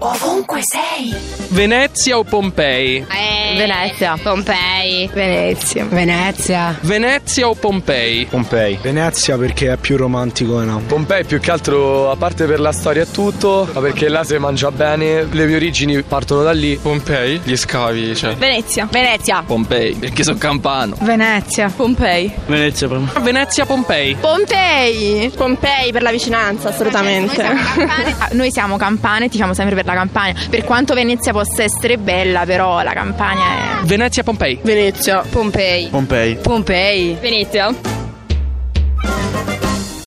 Ovunque sei! Venezia o Pompei? Venezia. Eh, Pompei. Venezia. Venezia. Venezia o Pompei? Pompei. Venezia perché è più romantico, no? Pompei più che altro, a parte per la storia e tutto, ma perché là si mangia bene, le mie origini partono da lì. Pompei, gli scavi, cioè. Venezia. Venezia. Pompei, perché sono campano. Venezia. Pompei. Venezia, proprio. Venezia Pompei? Pompei. Pompei per la vicinanza, assolutamente. Ah, Noi siamo campane, diciamo sempre per la Campania. Per quanto Venezia possa essere bella, però la Campania è. Venezia Pompei? Venezia. Pompei. Pompei. Pompei. Venezia.